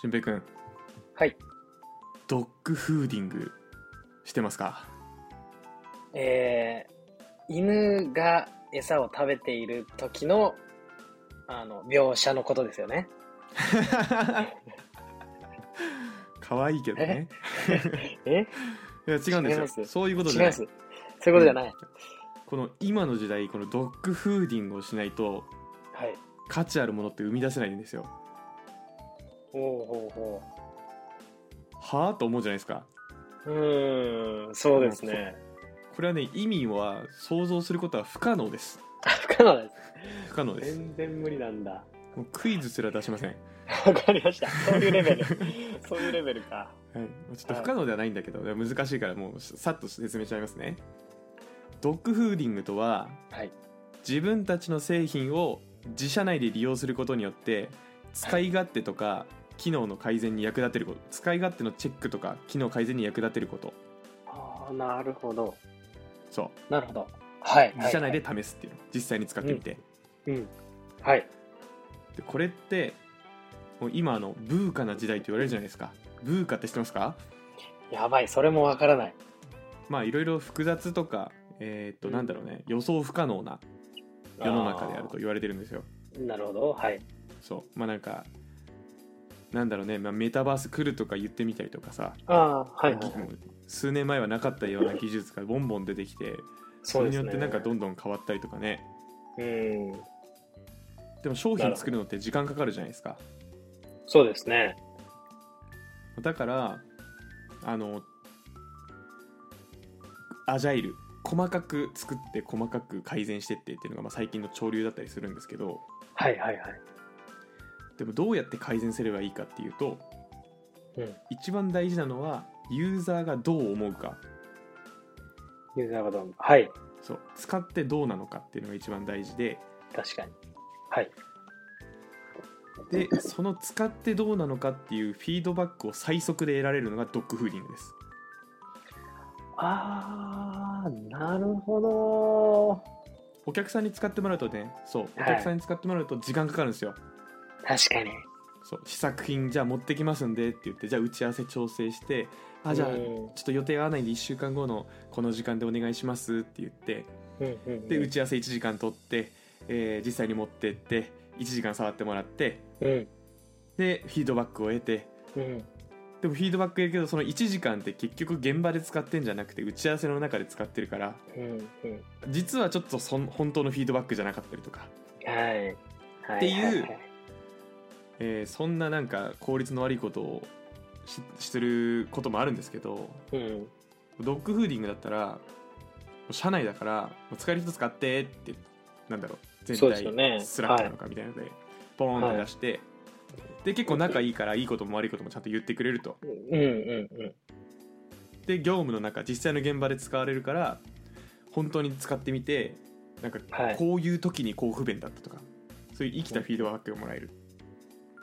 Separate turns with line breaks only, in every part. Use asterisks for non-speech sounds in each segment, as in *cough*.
俊平君
はい。
ドッグフーディングしてますか *laughs*
えー、犬が餌を食べている時の、あの、描写のことですよね。
可愛いけどね
え
いや違うん
違い
で
ますす
よそういうこと
違
じゃ
い
な
ま
い
す。そういうことじゃない。
この今の時代このドッグフーディングをしないと
はい。
価値あるものって生み出せないんですよ
ほうほうほ
はあと思うじゃないですか
う。うーん、そうですね。
これはね意味は想像することは不可能です
あ不可能で。
不可能ですす
全然無理なんだ。
もうクイズすら出しません、
わかりま *laughs* した。そういうレベル。そういうレベルか。
はい、ちょっと不可能ではないんだけど、難しいからもうさっと説明しちゃいますねドッグフーディングとは
はい。
自分たちの製品を自社内で利用することによって使い勝手とか機能の改善に役立てること使い勝手のチェックとか機能改善に役立てること
ああ、なるほど。
そ
なるほど。はい。
う自社内で試すっていうの実際に使ってみて、
はい。うん。はい。
でこれってもう今あのブーカな時代と言われるじゃないですかブーカって知ってますか
やばい。それもわからない。
まあいろいろ複雑とかえーっと
うん
なんだろうね予想不可能な世の中であると言われてるんですよ
なるほど。はい。
そうまあなんかなんだろうね、まあ、メタバース来るとか言ってみたりとかさ、
ああ、はいはい、はい。
もう数年前はなかったような技術がボンボン出てきてそ
そう
れ
で
に
す
よっ
ね。
てなんかどんどん変わったりとかね
うん。
でも商品作るのって時間かかるじゃないですか
そうですね。
だからあのアジャイル細かく作って細かく改善してってっていうのがまあ最近の潮流だったりするんですけど
はいはいはい。
でもどうやって改善すればいいかっていうと
うん。
一番大事なのはユーザーがどう思うか
ユーザーがどんどん。はい。
そう使ってどうなのかっていうのが一番大事で
確かに。はい。
でその使ってどうなのかっていうフィードバックを最速で得られるのがドッグフーディングです
ああ、なるほど。
お客さんに使ってもらうとねそうお
はい
客さんに使ってもらうと時間かかるんですよ、
確かに。
そう試作品じゃあ持ってきますんでって言ってじゃあ打ち合わせ調整してあじゃあ
うん
ちょっと予定合わないんで1週間後のこの時間でお願いしますって言って
うんうんうん。
で打ち合わせ1時間取って、えー実際に持ってって1時間触ってもらって
うん。
でフィードバックを得て
うん。
でもフィードバック得るけどその1時間って結局現場で使ってんじゃなくて打ち合わせの中で使ってるから
うん。うん。
実はちょっとそん本当のフィードバックじゃなかったりとか、
はい。はい。
っていう
はいはい
えーそんななんか効率の悪いことをししてることもあるんですけど
うん。
ドッグフーディングだったら社内だからもう使える人使ってってなんだろう全
そうですよね
体スラックなのかみたいなので、ポーンと出して、で結構仲いいからいいことも悪いこともちゃんと言ってくれると
うんうんうん。
で業務の中実際の現場で使われるから本当に使ってみてなんか
はい
こういう時にこう不便だったとか、そういう生きたフィードバックをもらえる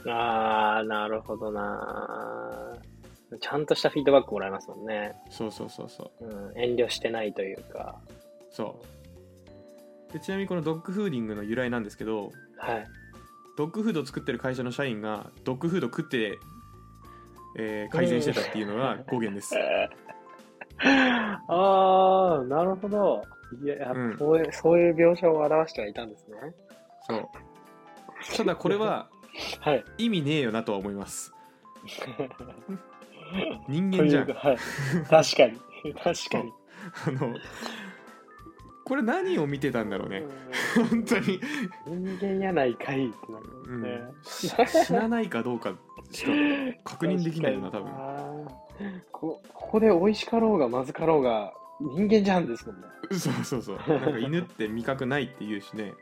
ああ、なるほどな。ちゃんとしたフィードバックもらえますもんね。
そうそうそうそう
うん、遠慮してないというか。
そうでちなみにこのドッグフーディングの由来なんですけど
はい。
ドッグフードを作ってる会社の社員がドッグフードを食って、えー改善してたっていうのが語源です
*laughs* ああ、なるほど。いや、
うん
そういう、そういう描写を表してはいたんですね。
そうただこれは
はい。
意味ねえよなとは思い
*laughs*
ます人間じゃん
というか
*laughs*
はい。確かに。確かに。
あのこれ何を見てたんだろうね
う
本当に、
ん人間やないかいってなる
うん
んですね。
し死なないかどうかしか確認できないよな多
確か
分
になこここで美味しかろうがまずかろうが人間じゃんですもんね。
*laughs* そうそうそうなんか犬って味覚ないって言うしね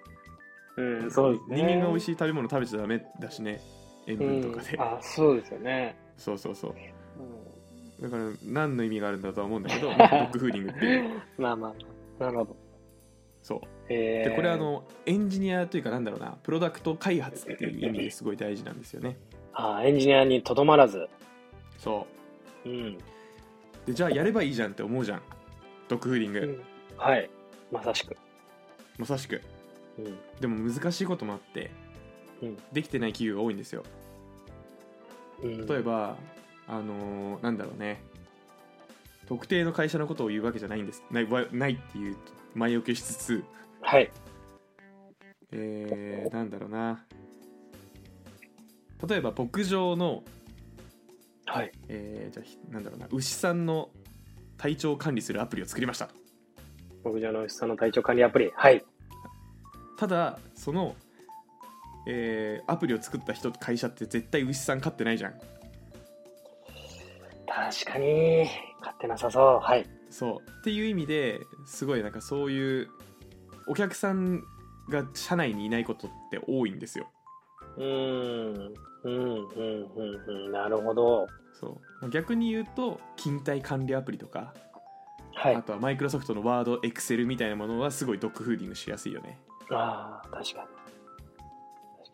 うん、そうですね。
人間が美味
し
しい食べ物食べちゃダメだしね塩分とかで、
あ、そうですよね。
そうそうそう
う、
だから何の意味があるんだとは思うんだけど、まあドッグフーディングっていうん *laughs*
まあまあ、なるほど。
そう
えー、
でこれあのエンジニアというかなんだろうなプロダクト開発っていう意味ですごい大事なんですよね
あエンジニアにとどまらず、
そ
うん
うでじゃあやればいいじゃんって思うじゃんドッグフーディング、
はいまさしく、
まさしく
うん、
でも難しいこともあって、
うん
できてない企業が多いんですよ
うん
例えばあのーなんだろうね特定の会社のことを言うわけじゃないんですないわないっていう前置きをしつつ
はい。
えー、なんだろうな例えば牧場の、
はい。
えーじゃあひなんだろうな牛さんの体調を管理するアプリを作りました
牧場の牛さんの体調管理アプリ。はい。
ただその、えーアプリを作った人と会社って絶対牛さん飼ってないじゃん
確かに、買ってなさそう。はい。
そうっていう意味ですごいなんかそういうお客さんが社内にいないことって多いんですよ
うーん。うん、うん、うん、うん。なるほど。
そう逆に言うと勤怠管理アプリとか、
はい
あ。とはマイクロソフトのワードエクセルみたいなものはすごいドッグフーディングしやすいよね
ああ、確かに。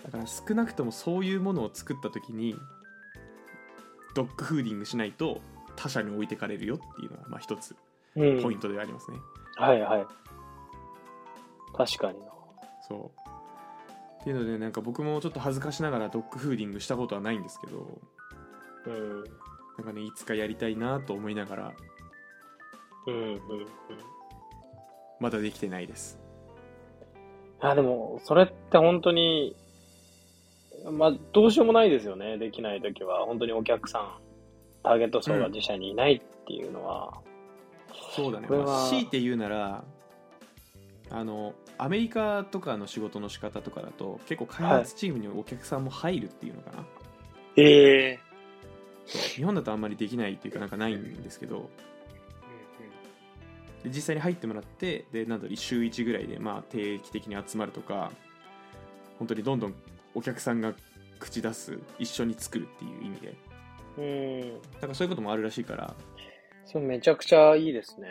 だから少なくともそういうものを作った時にドッグフーディングしないと他社に置いてかれるよっていうのはまあ一つ
うん、
ポイントではありますね、
はいはい。確かにな。
そうっていうのでなんか僕もちょっと恥ずかしながらドッグフーディングしたことはないんですけど
うん。
なんかねいつかやりたいなと思いながら
うんうんうん。
まだできてないです
あ、でも、それって本当に、まあ、どうしようもないですよね。できないときは。本当にお客さん、ターゲット層が自社にいないっていうのは。
そうだね、
これは
まあ、強いて言うならあのアメリカとかの仕事の仕方とかだと結構開発チームにお客さんも入るっていうのかな、
ええ
日本だとあんまりできないっていうかなんかないんですけどで実際に入ってもらってでなんだろう週1ぐらいでまあ定期的に集まるとか本当にどんどんお客さんが口出す一緒に作るっていう意味で
うん。
なんかそういうこともあるらしいから
それめちゃくちゃいいで
*laughs*
すね。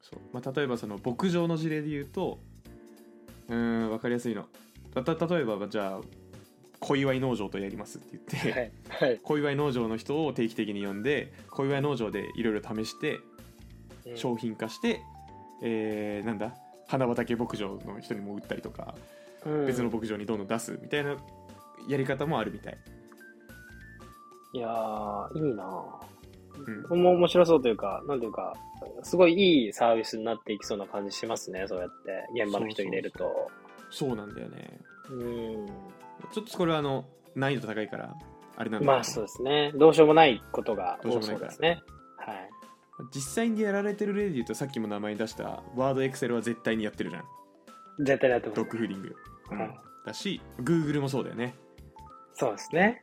そう、まあ、例えばその牧場の事例で言うとうーん分かりやすいのたた例えばじゃあ小祝農場とやりますって言って、
い。はい。
小祝農場の人を定期的に呼んで小祝農場でいろいろ試して商品化して、えーなんだ花畑牧場の人にも売ったりとか
うん
別の牧場にどんどん出すみたいなやり方もあるみたい、
いやー、いいな
うん、
ぁ。も面白そうというか、なんていうか、すごいいいサービスになっていきそうな感じしますね。そうやって、現場の人入れると。
そうなんだよね
うん。
ちょっとこれはあの難易度高いからあれなんだけど
まあそうですね。どうしようもないことが
どう
多
し
そ
よう
う
もないから
ですね。はい。
実際にやられてる例で言うとさっきも名前出したワードエクセルは絶対にやってるじゃん
絶対だってます
ドッグフーディング、うん
はい
だし Google もそうだよね
そうですね。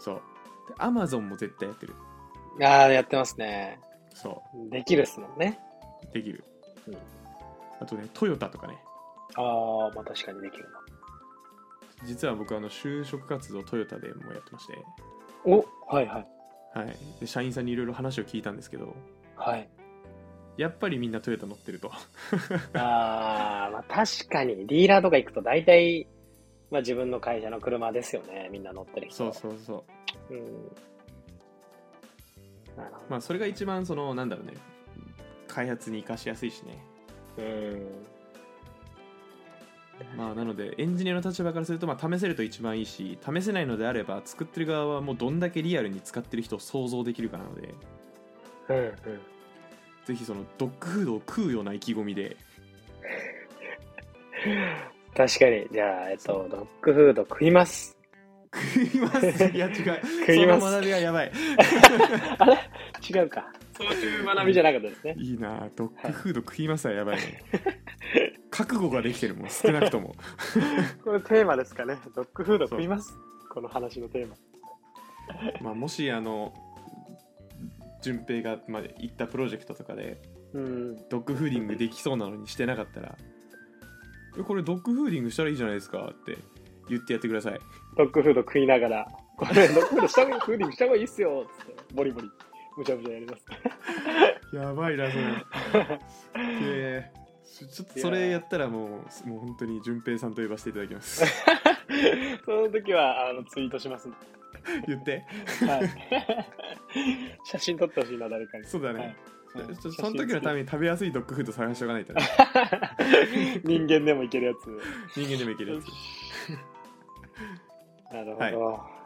そうで Amazon も絶対やってる
ああ、やってますね。
そ
できるっすもんね。
うできる、
うん
あとねトヨタとかね
ああ、まあ確かにできるな。
実は僕あの就職活動トヨタでもやってまして、
おはいはい。
はい、で社員さんにいろいろ話を聞いたんですけど
はい。
やっぱりみんなトヨタ乗ってると
ああ、まあ確かに、ディーラーとか行くと大体、まあ自分の会社の車ですよね。みんな乗ってる人。
そうそうそう
う。うん。なるほ
まあそれが一番そのなんだろうね開発に生かしやすいしね
ど。うん。
まあなのでエンジニアの立場からするとまあ試せると一番いいし試せないのであれば作ってる側はもうどんだけリアルに使ってる人を想像できるかなので
うんうん。
ぜひそのドッグフードを食うような意気込みで
確かに。じゃあ、えっと、ドッグフード食います。
食いますいや違う
*laughs* 食います
その学びはやばい
違うか。そういう学びじゃなかったですね。
いいなあドッグフード食いますはやばいね覚悟ができてるもん少なくとも
これテーマですかね。ドッグフード
食い
ます。この話のテーマ。
まあもしあの順平がまあ行ったプロジェクトとかで
うん。
ドッグフーディングできそうなのにしてなかったらえこれドッグフーディングしたらいいじゃないですかって言ってやってください
ドッグフード食いながら、これ *laughs* ドッグフードした方がいい、フーディングした方がいいっすよ。つって、ボリボリ、むちゃむちゃやります。
やばいな *laughs* それでちちょっとそれやったらもうもう本当に順平さんと呼ばせていただきます
その時は、あの、ツイートしますんで。
言って
はい。 *laughs* 写真撮ってほしいな、誰かに。
そうだね、
はい
ちょちょその時のために食べやすいドッグフード探しておかないとね
人間でもいけるやつ。
人間でもいけるやつ
*laughs* なるほど。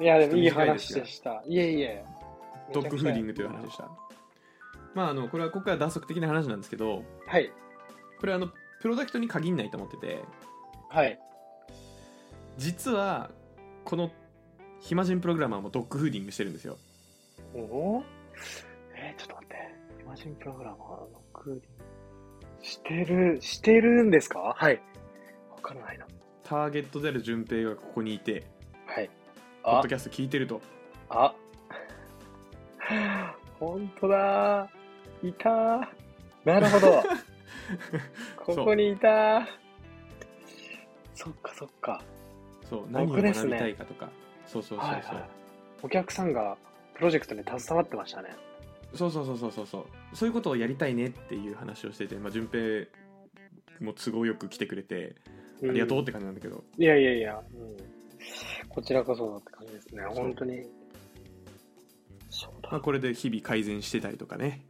い、や、でもいい
ちょっと短いです
話
が
でした。いえいえ。
ドッグフーディングという話で
し
したまああのこれはここから脱足的な話なんですけど
た。はい。
これはあのプロダクトに限んないと思ってて
はい。
実はこの暇人プログラマーもドッグフーディングしてるんですよ
おおえーちょっと待って。イマジンプログラマーのクーディング。してる、してるんですかはい。わからないな。
ターゲットである順平がここにいて
はい。
ポッ
あ
ド、キャスト聞いてると
あ。 *laughs* 本当だいたーなる
*laughs*
ほど。ここにいたーそっかそっか。
そう何を
僕です
学
ね
びたいかとか、そうそうそうそう、
はいはい。お客さんがプロジェクトに携わってましたね。
そうそうそうそうそうそうそういうことをやりたいねっていう話をしてて、まあ、順平も都合よく来てくれてありがとうって感じなんだけど、
いやいやいや、うん、こちらこそだって感じですね、
そう
本当に。そう
まあ、
だ、
これで日々改善してたりとかね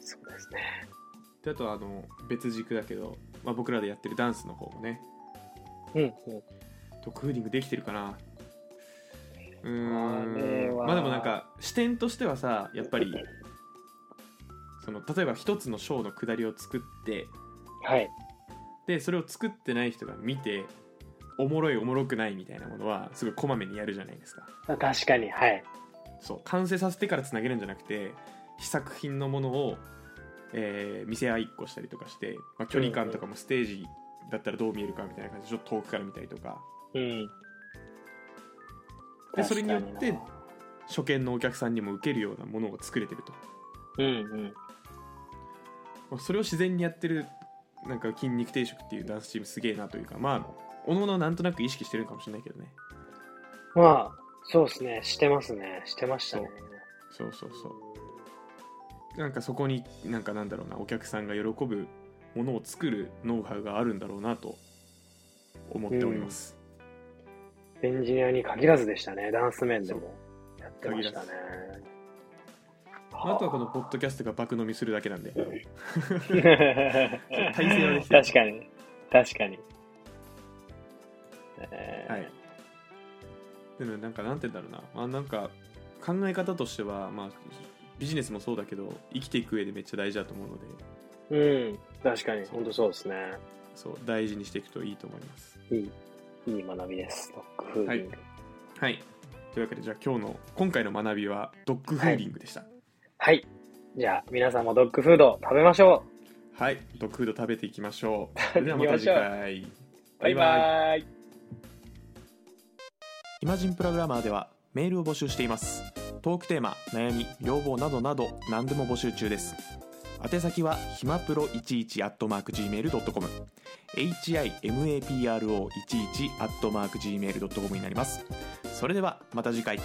そうですね。
であとはあの別軸だけど、まあ、僕らでやってるダンスの方もね
うん、うん。
ドッグフーディングできてるかなうー
あれ
ん
は
まあでもなんか視点としてはさやっぱりその例えば一つのショーの下りを作って
はい。
でそれを作ってない人が見ておもろいおもろくないみたいなものはすごいこまめにやるじゃないですか
確かに、はい。
そう完成させてからつなげるんじゃなくて試作品のものを、えー見せ合いっこしたりとかして、まあ、距離感とかもステージだったらどう見えるかみたいな感じでちょっと遠くから見たりとか
うん。
でそれによっ
確
て
か
初見のお客さんにも受けるようなものを作れてると
になうん、うん。
まあそれを自然にやってるなんか筋肉定食っていうダンスチームすげえなというかまあおのおのなんとなく意識してるのかもしれないけどね
まあ、そうですね、してますね、してましたね。
そうそうそうなんかそこになんかなんだろうなお客さんが喜ぶものを作るノウハウがあるんだろうなと思っております、
エンジニアに限らずでしたね、ダンス面でもやってましたね。
あとはこのポッドキャストが爆飲みするだけなんで
*laughs* 体
勢はできてる
確かに確かに、えー
はいでもなんかなんて言うんだろうなまあなんか考え方としてはまあビジネスもそうだけど生きていく上でめっちゃ大事だと思うので
うん確かに
そう
本当そうですね
そう大事にしていくといいと思います
いいいい学びですドッグフーディング
はいというわけでじゃあ今日の今回の学びはドッグフーディングでした
はい、じゃあ皆さんもドッグフード食べましょ
はい、ドッグフード食べていきましょう
*laughs*
それではまた次
行
回
うバイバイ
イマジンプログラマーではメールを募集していますトークテーマ悩み要望などなど何でも募集中です宛先はひまプロ11 at mark gmail.com himapro11 at mark gmail.com になりますそれではまた次回